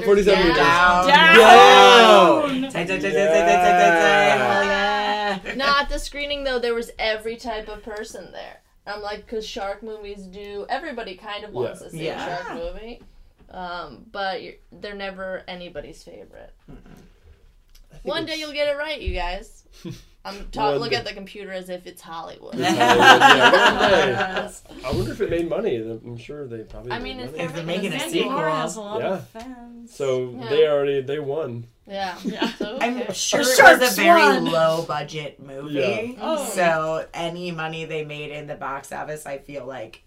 47 meters 47 down. meters Down. Down. Tight, tight, tight, tight, tight, tight, tight, tight. Hell yeah. No, at the screening though, there was every type of person there. I'm like, because shark movies do. Everybody kind of wants Yeah. to see Yeah. a shark movie, um, but you're, they're never anybody's favorite. I think One day it's- you'll get it right, you [laughs] guys. I'm talk. One Look day. at the computer as if it's Hollywood. Yeah, one day. I wonder if it made money. I'm sure they [laughs] probably. I mean, made money. it's- If they're making a Mandy sequel, Moore has a lot Yeah. of fans. so Yeah. they already they won. Yeah. Yeah. So, who [laughs] I'm [laughs] cares? sure Or it was Sharks a very One. low budget movie. Yeah. Oh. So any money they made in the box office, I feel like.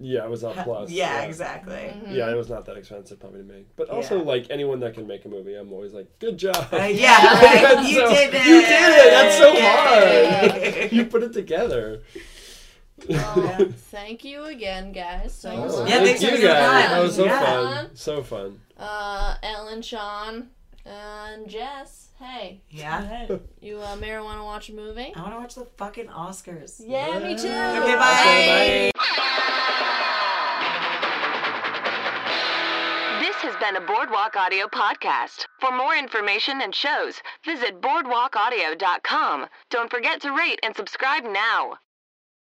Yeah, it was on plus. yeah, exactly. Yeah, it was not that expensive probably to make. But also, Yeah. like anyone that can make a movie, I'm always like, good job. Uh, [laughs] yeah, right? you So- did it. [laughs] You did it. That's so Yay. hard. you put it together. Oh, [laughs] Well, thank you again, guys. So Thanks. much. Yeah, Oh, thanks Oh, thank for you guys. being on. That was so Yeah. fun. So fun. uh, Ellen, Sean, and Jess. Hey, Yeah. Hey. you uh, marijuana watch a movie? I want to watch the fucking Oscars. Yeah, me too. Oh. Okay, bye. This has been a Boardwalk Audio podcast. For more information and shows, visit boardwalkaudio.com. Don't forget to rate and subscribe now.